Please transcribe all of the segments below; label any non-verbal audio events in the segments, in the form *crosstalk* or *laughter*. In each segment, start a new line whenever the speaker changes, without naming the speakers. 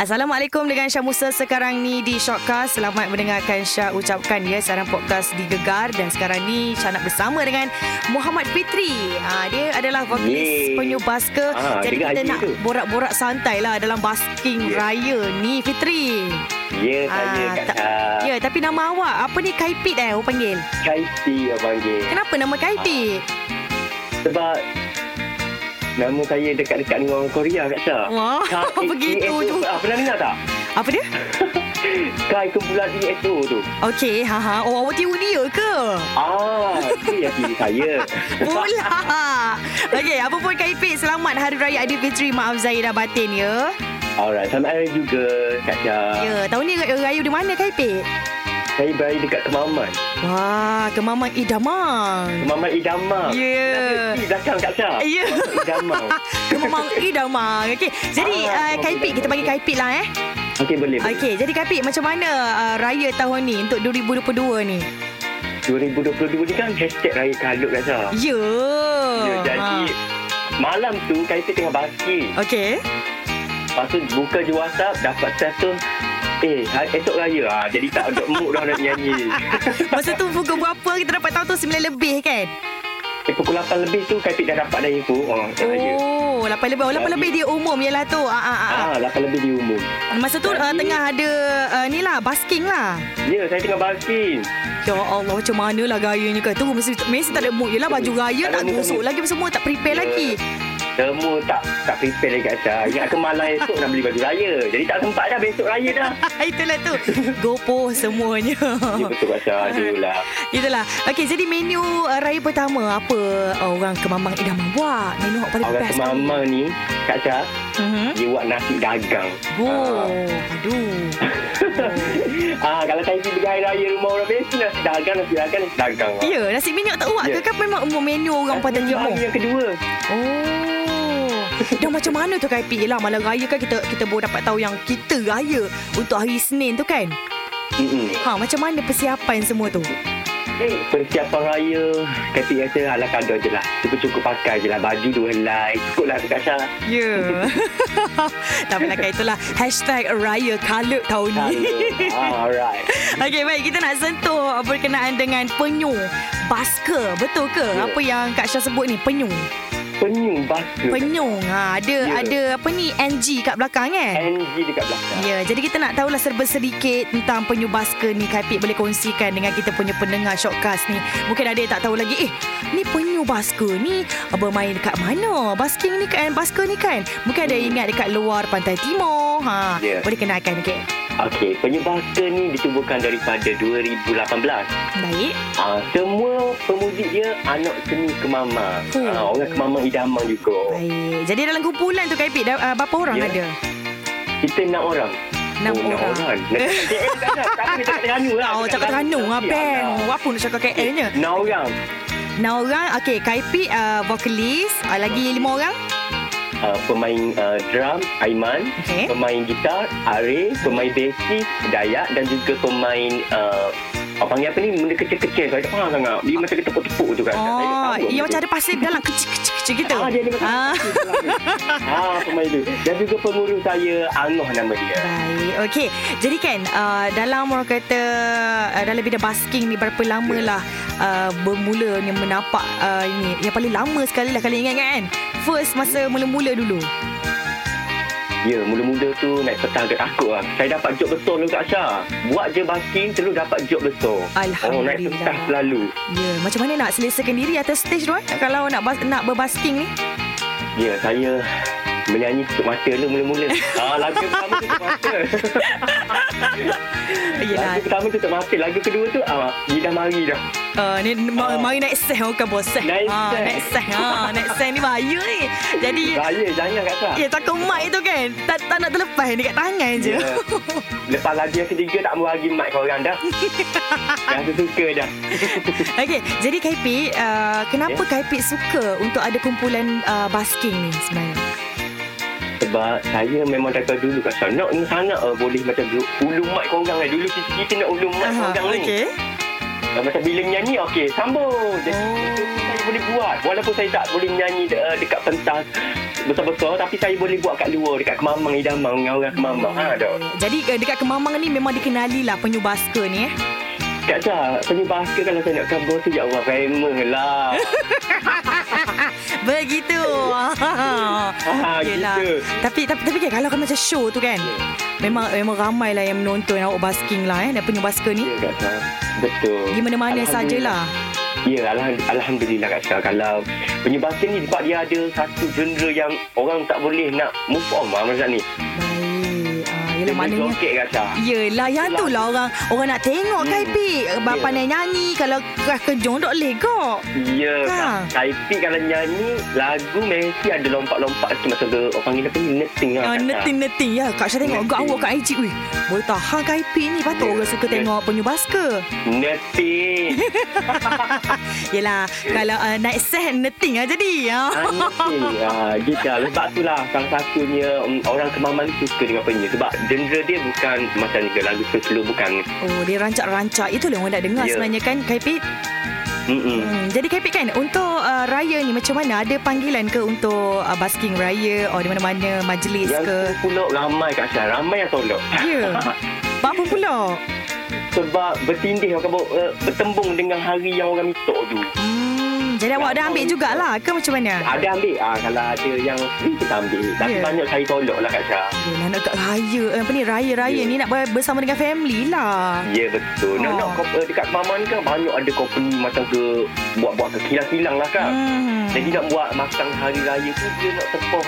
Assalamualaikum dengan Syah Musa sekarang ni di Shortcast. Selamat mendengarkan Syah ucapkan ya sekarang podcast digegar dan sekarang ni Syah nak bersama dengan Muhammad Fitri. Ha, dia adalah vokalis
Yeay.
penyu basker.
Ah,
Jadi kita
dengar haji
nak
tu.
borak-borak santai lah dalam basking
Ya.
raya ni Fitri.
Ya, saya
Ah,
Kak
tak-
Syah.
Ya, tapi nama awak apa ni Kaipit eh orang panggil?
Kaiti orang panggil.
Kenapa nama Kaipit?
Sebab nama saya dekat-dekat dengan orang Korea, Kak Syah.
Wah, *laughs*
K-
begitu
ESO.
tu.
Ah, pernah dengar tak?
Apa dia?
Kai kumpulan ESO tu.
Okey, ha ha. Oh, awak tiru dia ke?
Ah, itu yang kiri saya. *laughs*
Pula. Okey, apa pun Kak Ipik, selamat Hari Raya Aidilfitri. Maaf Zahir dan batin ya.
Alright, sama ada juga, Kak Syah.
Ya, tahun ni Raya Raya di mana Kak Ipik?
Saya berada dekat Kemaman.
Wah, kemaman idaman.
Kemaman Idamang.
Ya.
Ada di belakang, Kak Syah.
Ya. *laughs*
Idamang.
Kemamang idamang. Okey, jadi uh,
Ah,
Kak Ipik, kita panggil Kak Ipik lah eh.
Okey, boleh. boleh.
Okey, jadi Kak Ipik, macam mana uh, Raya tahun ni untuk 2022 ni?
2022 ni kan hashtag Raya Kalut, Kak Syah.
Ya.
Ya, jadi malam tu Kaisi tengah basking.
Ha. Okey.
Lepas tu buka je WhatsApp dapat status eh hari- esok raya ah jadi tak untuk mood dah nak
*laughs*
nyanyi.
Masa tu pukul berapa kita dapat tahu tu 9 lebih kan?
Eh, pukul 8 lebih tu Kaisi dah dapat dah info oh, raya.
Oh, 8 lebih. Oh, 8
Jadi-
lebih dia umum ialah tu. Ah ah ah.
Ah, 8 lebih diumum.
Masa tu uh,
Jadi-
tengah ada uh, ni lah basking lah.
Ya, saya tengah basking.
Ya Allah macam mana lah gayanya kan. Tu mesti, mesti tak ada mood je lah baju raya
Tak
tak
ada mood,
gosok
tak ada
lagi semua tak prepare
Ya.
lagi. *laughs*
Semua tak tak prepare lagi kat saya. Ingat ke malam esok nak beli baju raya. Jadi tak sempat dah besok raya dah.
Itulah tu. Gopoh semuanya. *laughs*
Ya betul kat saya itulah.
Itulah. Okey jadi menu uh, raya pertama apa uh, orang kemamang idaman buat? Menu yang paling
Orang
best.
semamang ni Kak Syah
Mhm.
Dia buat nasi dagang
Oh,
Ah.
aduh.
*laughs* ah, kalau saya pergi hari raya rumah orang biasa nasi dagang, nasi dagang, nasi dagang.
Oh. Ya, nasi minyak tak awak ke
Ya.
kan memang umum menu orang pada timur?
Yang kedua.
Oh. Dan macam mana tu Kak Ipik? Yelah malam raya kan kita kita baru dapat tahu yang kita raya untuk hari Senin tu kan?
Mm-mm.
Ha macam mana persiapan semua tu?
Eh, persiapan raya kata kata ala kadar je lah. Cukup-cukup pakai je lah. Baju dua helai. Cukup lah Kak Syah.
Ya. Yeah. *laughs* tak apalah Kak itulah hashtag raya kalut tahun ni.
Kalau. ah, alright.
*laughs* Okey baik kita nak sentuh berkenaan dengan penyu. Basker, betul ke?
Ya.
Apa yang Kak Syah sebut ni penyu.
Penyu basuh.
Penyu. Ha ada
Ya.
ada apa ni NG kat belakang kan?
NG dekat belakang.
Ya, jadi kita nak tahulah serba sedikit tentang penyu basker ni. Kak Ipik boleh kongsikan dengan kita punya pendengar shortcast ni. Mungkin ada yang tak tahu lagi, eh, ni penyu basker ni bermain dekat mana? Basking ni kan, basker ni kan. Mungkin ada yang ingat dekat luar pantai timur. Ha,
Ya.
boleh kenalkan, okey.
Okey, penyu basuh ni ditubuhkan daripada 2018.
Baik.
Ah, semua pemuzik dia anak seni kemama.
Oh.
Ah, orang kemama idaman juga.
Baik. Jadi dalam kumpulan tu Kak Ipik, dah, uh, berapa orang
Ya.
ada?
Kita enam orang.
Enam
oh,
orang.
Enam orang. Eh, eh, tak ada. Tak ada cakap Terengganu lah.
Oh, cakap Terengganu lah, Ben. Oh, apa nak cakap KL-nya?
Enam orang.
Enam orang, okey, Kak Ipik, uh, vokalis. Uh, lagi lima orang.
uh, pemain uh, drum Aiman,
Okey.
pemain gitar Arif, pemain besi Dayak dan juga pemain uh, apa panggil apa ni benda kecil-kecil saya tak faham sangat. Dia macam ketepuk-tepuk tu kan. Saya tak
Oh,
tahu
yang
benda
macam ada pasir dalam kecil-kecil gitu.
tu. Ah, dia ada macam
Ah.
ah, pemain tu. Dan juga pengurus saya Angah nama dia.
Baik, okey. Jadi kan uh, dalam orang kata uh, dalam bidang basking ni berapa lama
Ya.
lah uh, bermula ni menapak uh, ini yang paling lama sekali lah kalau ingat kan. First masa mula-mula dulu.
Ya, mula-mula tu naik petang dekat aku lah. Saya dapat job besar dulu Kak Syah. Buat je basking selalu dapat job besar. Oh, naik
Alhamdulillah.
petang selalu.
Ya, macam mana nak selesakan diri atas stage tu eh? Kalau nak bas- nak berbasking ni.
Ya, saya menyanyi tutup mata dulu mula-mula. Ah, lagu pertama tutup mata. lagu
Yalah.
pertama tutup mata. Lagu kedua tu, ah, dia dah mari dah.
Uh, ni ma-
Ah.
mari naik oh, seh bukan bos seh.
Naik
Ah,
seh.
naik seh. Ha, naik seh ni bahaya ni. Jadi
Bahaya, jangan Kak Syah.
Ya, takut mic tu kan. Tak, tak nak terlepas dekat tangan je.
Ya. Lepas lagu yang ketiga, tak mau lagi mic korang
*laughs*
dah. dah tu suka dah.
Okey, jadi Kaipik, uh, kenapa yeah. Kaipik suka untuk ada kumpulan uh, basking ni sebenarnya?
Sebab saya memang daripada dulu Kak Syah. Nak ni sana uh, boleh macam dulu, ulu mic korang lah. Dulu kita, kita nak ulu mic korang ni.
okey.
Dan macam bila nyanyi, okey, sambung. Jadi,
Oh.
saya boleh buat. Walaupun saya tak boleh nyanyi uh, ah, dekat pentas besar-besar tapi saya boleh buat kat luar dekat Kemamang, Idamang dengan orang Kemamang. Ha dah.
Jadi eh, dekat Kemamang ni memang dikenali lah penyu basker ni eh.
Kak Jah, penyu basket kalau saya nak cover tu ya Allah famous lah.
*laughs*
*laughs*
Begitu.
ha,
Yelah.
gitu.
Tapi tapi tapi kan, kalau kan macam show tu kan. Memang memang ramai lah yang menonton awak basking lah eh dan penyu basker ni.
Ya Kak Jah. Betul.
Di mana-mana sajalah.
Ya, alham- Alhamdulillah Kak Syah. Kalau penyebabkan ni sebab dia ada satu genre yang orang tak boleh nak move on lah masa ni.
Baik. Ah,
Dia
yelah maknanya
joget Kak Syah.
Yelah, yang tu lah orang orang nak tengok hmm.
Hmm.
kan, Pik. Bapa
Ya.
yeah. nak nyanyi. Kalau kerah kejong, tak boleh kok.
Ya,
Ha.
Kak. Taipik kalau nyanyi, lagu mesti ada lompat-lompat sikit masa dia orang panggil apa ni? Netting lah.
Ah,
Kak Syah.
Neting-neting ya. Kak Syah tengok
Neting.
gak awak kat IG. Weh, boleh tahan kan, Pik ni. Patut
Ya,
orang suka
ya.
tengok penyu basker.
Netting.
Yelah, kalau uh, naik set, neting lah jadi. Ya.
Ah, Netting. Ah, gitu lah. Sebab tu lah salah satunya um, orang kemaman suka dengan penyu. Sebab genre dia bukan macam ni ke lagu slow bukan.
Oh, dia rancak-rancak. Itulah orang nak dengar
Ya.
sebenarnya kan, Kaipit.
Mm-mm.
Hmm, jadi Kaipit kan, untuk uh, raya ni macam mana? Ada panggilan ke untuk uh, basking raya? Or di mana-mana majlis
Yang
ke?
tu pulak ramai Kak Syah. Ramai yang tolak.
*laughs* Ya. Buat apa pula?
Sebab bertindih orang kata, uh, bertembung dengan hari yang orang mitok tu.
Hmm, jadi awak dah ambil jugalah ke macam mana?
Ada ambil ah kalau ada yang free kita ambil. Tapi
Ya.
yeah. banyak saya tolak lah Kak Syah.
Yelah nak kat raya eh, Apa ni raya-raya
Ya.
ni Nak ber- bersama dengan family lah
Ya yeah, betul. Nak
Oh.
nak kau, uh, dekat Maman kan banyak ada company macam ke buat-buat ke kilang-kilang lah Kak.
hmm.
Jadi nak buat makan hari raya tu dia nak tepah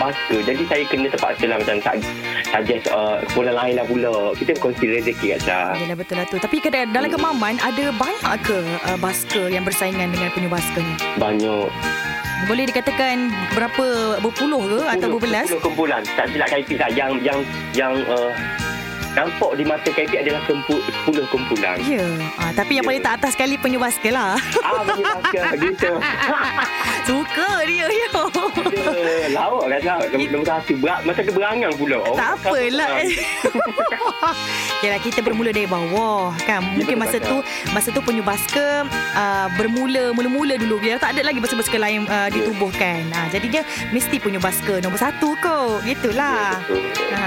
bahasa. Jadi saya kena terpaksa lah macam tak suggest uh, pula lain lah pula. Kita consider rezeki Kak Syah.
Yelah betul lah tu Tapi kadang dalam
Hmm.
kemaman Ada banyak ke uh, basker Yang bersaingan dengan penyu basker ni
Banyak.
Boleh dikatakan Berapa Berpuluh ke Atau berbelas
Sepuluh kumpulan. Tak silap KP tak. Yang, yang, yang uh, nampak di mata KP adalah kempu, sepuluh
*laughs*
kumpulan.
Ya ah, Tapi yang
Ya.
paling tak atas sekali Penyu basker lah *laughs*
ah, bagi mata gitu.
Suka dia ya.
Dia Lawak kan tak? Nombor satu. Berat, macam keberangan pula. Oh, Orang
Tak
kata
apalah *laughs*
orang.
Yalah lah, kita bermula dari bawah kan. Mungkin
betul,
masa
Kak
tu masa tu penyu basker uh, bermula mula-mula dulu dia tak ada lagi basker-basker lain uh, ditubuhkan. Ha, jadi dia mesti penyu basker nombor satu kot. Gitulah.
Betul.
Ha.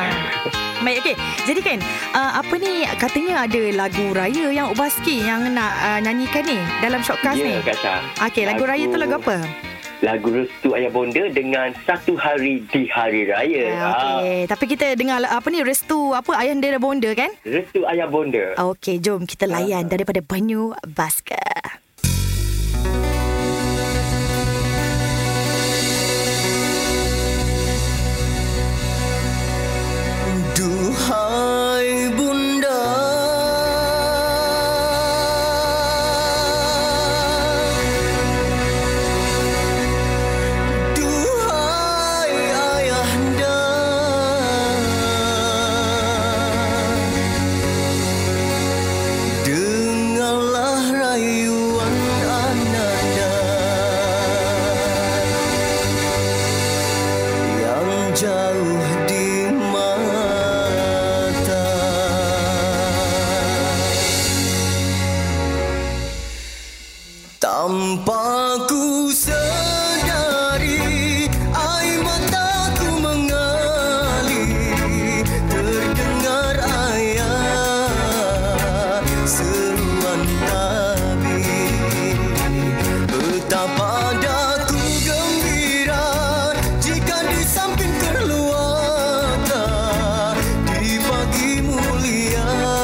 Baik okey. Jadi kan uh, apa ni katanya ada lagu raya yang Uk Baski yang nak uh, nyanyikan ni dalam shortcast
Ya,
yeah. ni.
Kak Syah.
Okey, lagu
Lagu-
raya tu lagu apa?
Lagu Restu Ayah Bonda dengan Satu Hari di Hari Raya.
Ah,
Ah,
Okey, tapi kita dengar apa ni restu apa ayah dia dah bonda kan?
Restu Ayah Bonda.
Okey, jom kita
Ah.
layan daripada Banyu Basker.
Duhai bunda Duhai ayahanda Dengarlah rayuan ananda yang jauh di mata tanpa ku sedari air mataku mengalir terdengar ayat seruan tabir Betapa daku gembira Jika di samping keluarga Di pagi mulia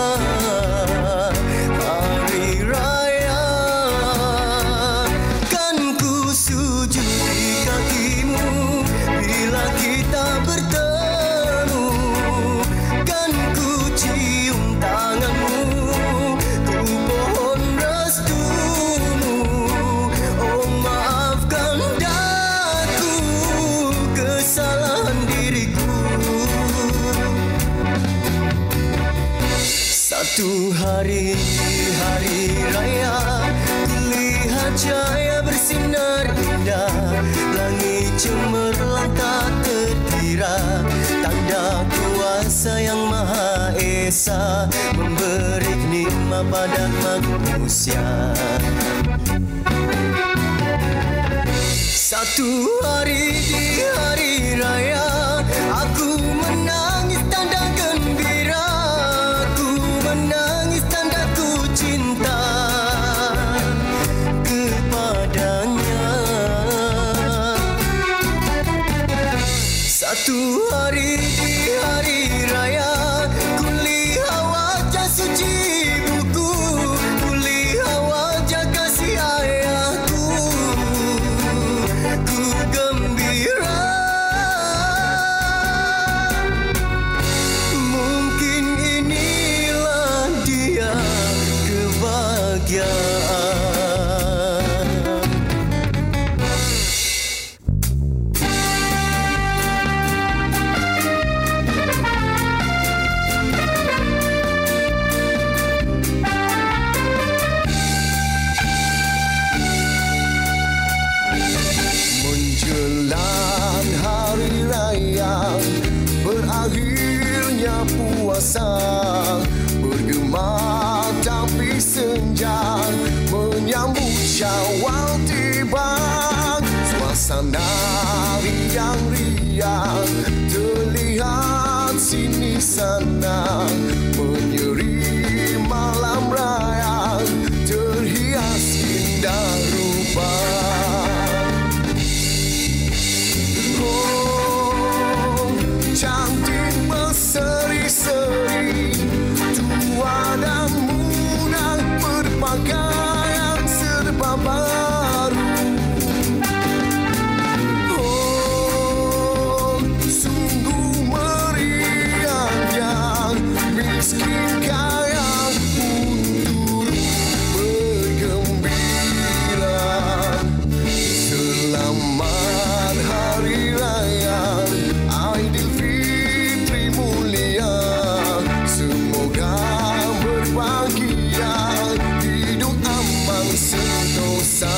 Hari Raya Kan ku sujud di kakimu Bila kita bertemu Kan ku cium tanganmu Ku pohon restumu Oh maafkan daku Kesalahan diriku Satu hari di hari raya Kulihat cahaya bersinar indah Langit cemerlang tak terkira Tanda kuasa yang maha esa Memberi nikmat pada manusia satu hari di hari masal Bergema tapi senja Menyambut syawal tiba Suasana riang-riang Terlihat sini sana Menyeri malam raya Terhias indah rupa hidung Cantik berseri-seri Tua dan muda berpakaian serba baru Oh, sungguh meriahnya Miskin kaya pun turut bergembira Selamat Hari Raya Aidilfitri mulia Semoga berbahagia Hidup aman sentosa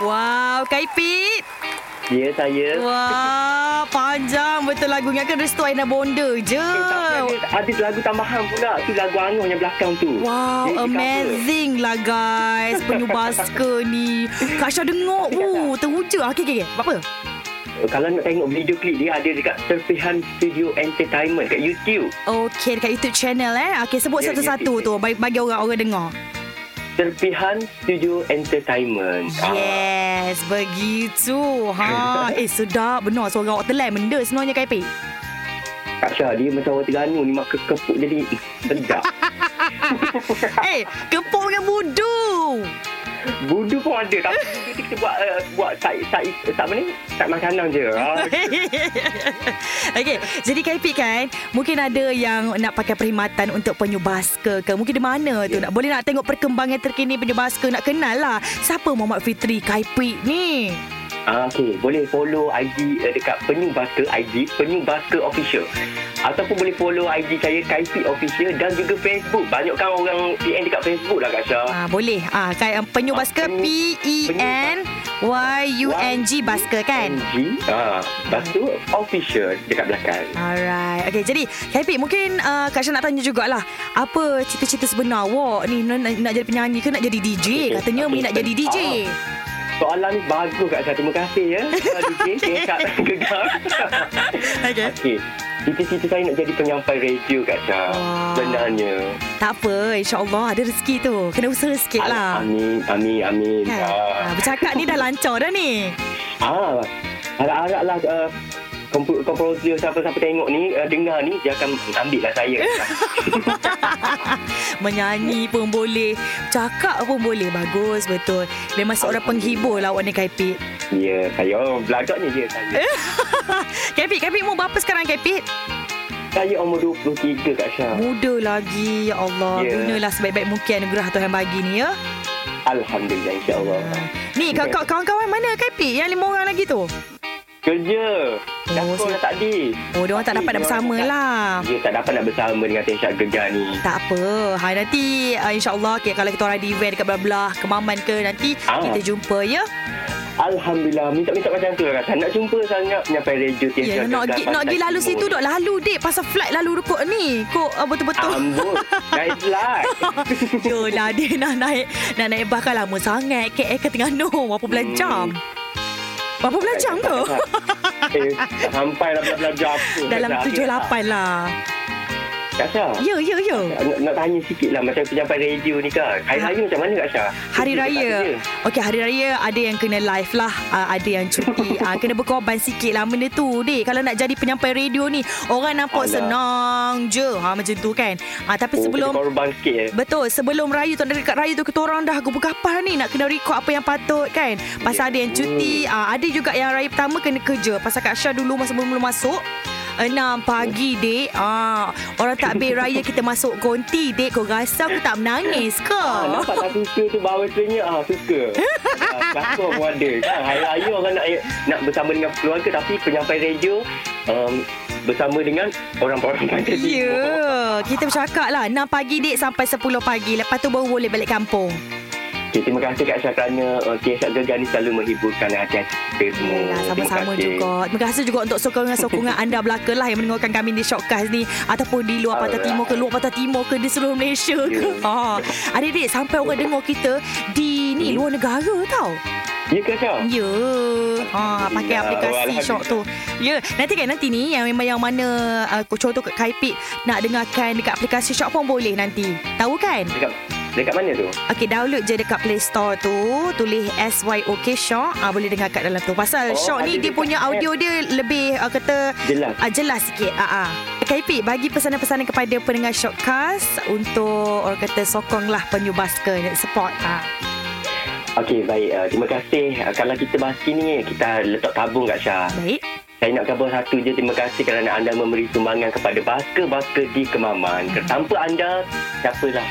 Wow, Kak Ipit.
Ya, saya.
Wah, panjang betul lagu. Ingatkan restu Aina Bonda je.
Eh, tak apa, ada, ada lagu tambahan pula. Tu lagu Anuh yang belakang tu.
Wow,
Jadi, kita
amazing lah guys. Penyu baska ni. Kak Syah dengok. Uh, teruja. Okey, okey, okey. Buat Apa?
cover. Kalau nak tengok video klip dia ada dekat Serpihan Studio Entertainment kat YouTube.
Okey, dekat YouTube channel eh. Okey, sebut
Ya,
satu-satu
ya, ya.
tu. Bagi, bagi orang-orang dengar.
Serpihan Studio Entertainment. Ah,
Yes, begitu.
*laughs*
Ha, eh sedap benar suara awak telan benda sebenarnya Kak Ipit.
Kak Syah, dia macam orang Terengganu ni mak kekepuk jadi sedap.
Eh, kepuk dengan budu.
Budu pun ada tapi budu tu kita buat uh, buat side side tak apa ni? Side makanan je. Ah,
*laughs* Okey, jadi Kak Ipit kan, mungkin ada yang nak pakai perkhidmatan untuk penyu baska ke. Mungkin di mana tu
Ya.
nak boleh nak tengok perkembangan terkini penyu baska, nak kenal lah siapa Muhammad Fitri Kak Ipit ni.
Ah, okay, boleh follow IG uh, dekat Penyu Basker IG, Penyu Basker Official. Ataupun boleh follow IG saya, Kaipi Official dan juga Facebook. Banyak kan orang PM dekat Facebook lah Kak Syah.
Ah, boleh. Ah, Kak penyu
Ah,
baska
penyu-
P E N Y U N G baska kan.
NG, ah, Basker Official dekat belakang.
Alright. Okay, jadi Kak Ipit mungkin uh, Kak Syah nak tanya jugalah. Apa cita-cita sebenar awak ni nak, nak, nak jadi penyanyi ke nak jadi DJ?
Okey,
Katanya
okey.
Mi nak jadi DJ.
Ah.
*laughs*
Soalan ni bagus Kak Syah. Terima kasih ya. Kak DJ, singkat
*laughs*
gegar.
Okay.
Okey. Cita-cita saya nak jadi penyampai radio Kak Syah.
Wah.
Sebenarnya.
Tak apa, insyaAllah ada rezeki tu. Kena usaha sikit lah.
Amin, amin, amin.
Kan?
Ah.
Ah, bercakap ni dah lancar dah ni.
Ah, harap-harap lah uh, kompu- komposer siapa-siapa tengok ni, uh, dengar ni, dia akan ambil lah
*laughs*
saya.
Menyanyi pun boleh, cakap pun boleh. Bagus, betul. Memang seorang penghibur lah awak ni Kak *laughs* Ipit.
ya, saya oh, belagaknya dia saya.
Eh? Kak Ipit, Kak Ipit umur berapa sekarang Kak Ipit?
Saya umur 23 Kak Syah.
Muda lagi, ya Allah.
Ya.
Gunalah sebaik-baik mungkin anugerah Tuhan bagi ni ya. Ah.
Alhamdulillah, insyaAllah.
Ni kau- kau- kawan-kawan mana Kapi yang lima orang lagi tu?
Kerja.
Oh,
Dapur
saya-
lah tadi.
Oh, diorang tak
Tapi
dapat nak
diorang
bersama
tak-
lah.
Ya, tak dapat nak bersama dengan Tesha Gegar ni.
Tak apa. Ha, nanti uh, insyaAllah okay, kalau kita orang ada event dekat belah-belah, kemaman ke nanti
Ah.
kita jumpa ya.
Alhamdulillah, minta-minta macam tu lah Kak Syah. Nak jumpa sangat penyampai radio Tesha
Ya, yeah, nak pergi nak pergi lalu situ dok lalu dek pasal flight lalu rukuk ni. Kok uh, *laughs* betul-betul.
Ambon, naik flight.
*laughs* Yolah dia nak naik Nak naik bah kan lama sangat KL ke Terengganu Berapa belas
Hmm.
jam Berapa belas jam tu
Eh, tak sampai lah belah-belah jam apa.
Dalam
Kak Syah.
tujuh lapan lah
Kak Syah.
Ya ya ya
Nak, nak tanya sikit lah Macam pejabat radio ni kan Hari
Ha.
Raya macam mana Kak Syah?
Hari
Cuti ke tak
Raya.
kerja?
Okey, Hari Raya ada yang kena live lah. Uh, ada yang
*laughs*
cuti. uh, kena berkorban sikit lah benda tu. Dek, kalau nak jadi penyampai radio ni, orang nampak
Alah.
senang je. Ha, macam tu kan. Uh, tapi
Oh,
sebelum...
kena korban sikit eh
Betul, sebelum raya tu dekat raya tu kita orang dah gubah-gapah ni nak kena record apa yang patut kan. Pasal ada yang cuti, uh, ada juga yang raya pertama kena kerja. Pasal Kak Syah dulu masa belum masuk, Enam pagi dek ah, Orang takbir raya kita masuk konti dek Kau rasa aku tak menangis ke?
Ah, nampak tak suka tu bahawa sebenarnya ah,
*laughs*
suka. ah, Kelakor pun eh, ada. Kan? Hari raya orang nak, nak bersama dengan keluarga tapi penyampai radio um, bersama dengan orang-orang *laughs* pantai
Ya, yeah. kita bercakap lah 6 pagi dek sampai 10 pagi. Lepas tu baru boleh balik kampung.
Okay, terima kasih Kak Syah kerana uh, Kisah Gegar ni selalu menghiburkan hati kita semua.
Yelah, sama-sama juga. Terima kasih juga untuk sokongan-sokongan anda belaka lah yang mendengarkan kami di Shockcast ni. Ataupun di luar Pantai
Alright.
Timur ke luar Pantai Timur ke di seluruh Malaysia ke.
Ya.
Ha. Adik-adik sampai orang dengar kita di ni
Hmm.
luar negara tau.
Ya ke Syah?
Ya. Ha pakai
Ya,
aplikasi
alhamdulillah.
Shock tu. Ya, nanti kan nanti ni yang memang yang mana uh, contoh kat Kaipik nak dengarkan dekat aplikasi Shock pun boleh nanti. Tahu kan?
Dekat, dekat mana tu?
Okey, download je dekat Play Store tu, tulis SYOK Shock, ah boleh dengar kat dalam tu. Pasal oh,
Oh,
Shock ni
ada
dia
dekat
punya
app.
audio dia lebih uh, kata
Jelas.
uh, jelas sikit. Ah ah. KIP bagi pesanan-pesanan kepada pendengar Shockcast untuk orang kata sokonglah penyubaska support. Ah.
Okey, baik. Uh, terima kasih. Uh, kalau kita bahas kini, kita letak tabung Kak Syah.
Baik.
Saya nak khabar satu je. Terima kasih kerana anda memberi sumbangan kepada basker-basker di Kemaman. Tanpa anda, siapalah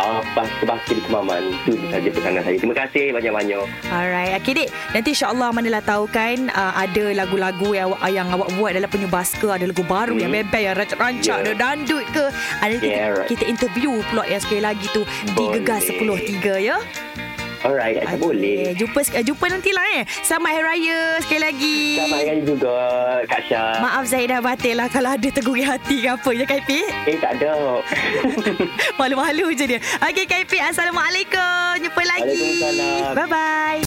uh, basker-basker di Kemaman. Itu saja pesanan saya. Terima kasih banyak-banyak.
Alright. Okey dek, nanti insya-Allah manalah tahu kan uh, ada lagu-lagu yang awak yang awak buat dalam penyubaska, ada lagu baru
Hmm.
yang bebel yang rancak-rancak,
Yeah.
ada dandut ke. Ada kita,
Yeah, right.
kita interview pula yang sekali lagi tu di Gegar
Boleh.
103 ya.
Alright, Kak Syah boleh.
Okey, Jumpa sek- jumpa nantilah eh. Selamat Hari Raya sekali lagi.
Selamat hari raya juga, Kak Syah.
Maaf Zahidah batil lah kalau ada tergurih hati ke apa Ya, je Kaipi.
eh, tak ada.
Malu-malu je dia. Okey Kaipi, Assalamualaikum. Jumpa lagi.
Waalaikumsalam.
Bye-bye.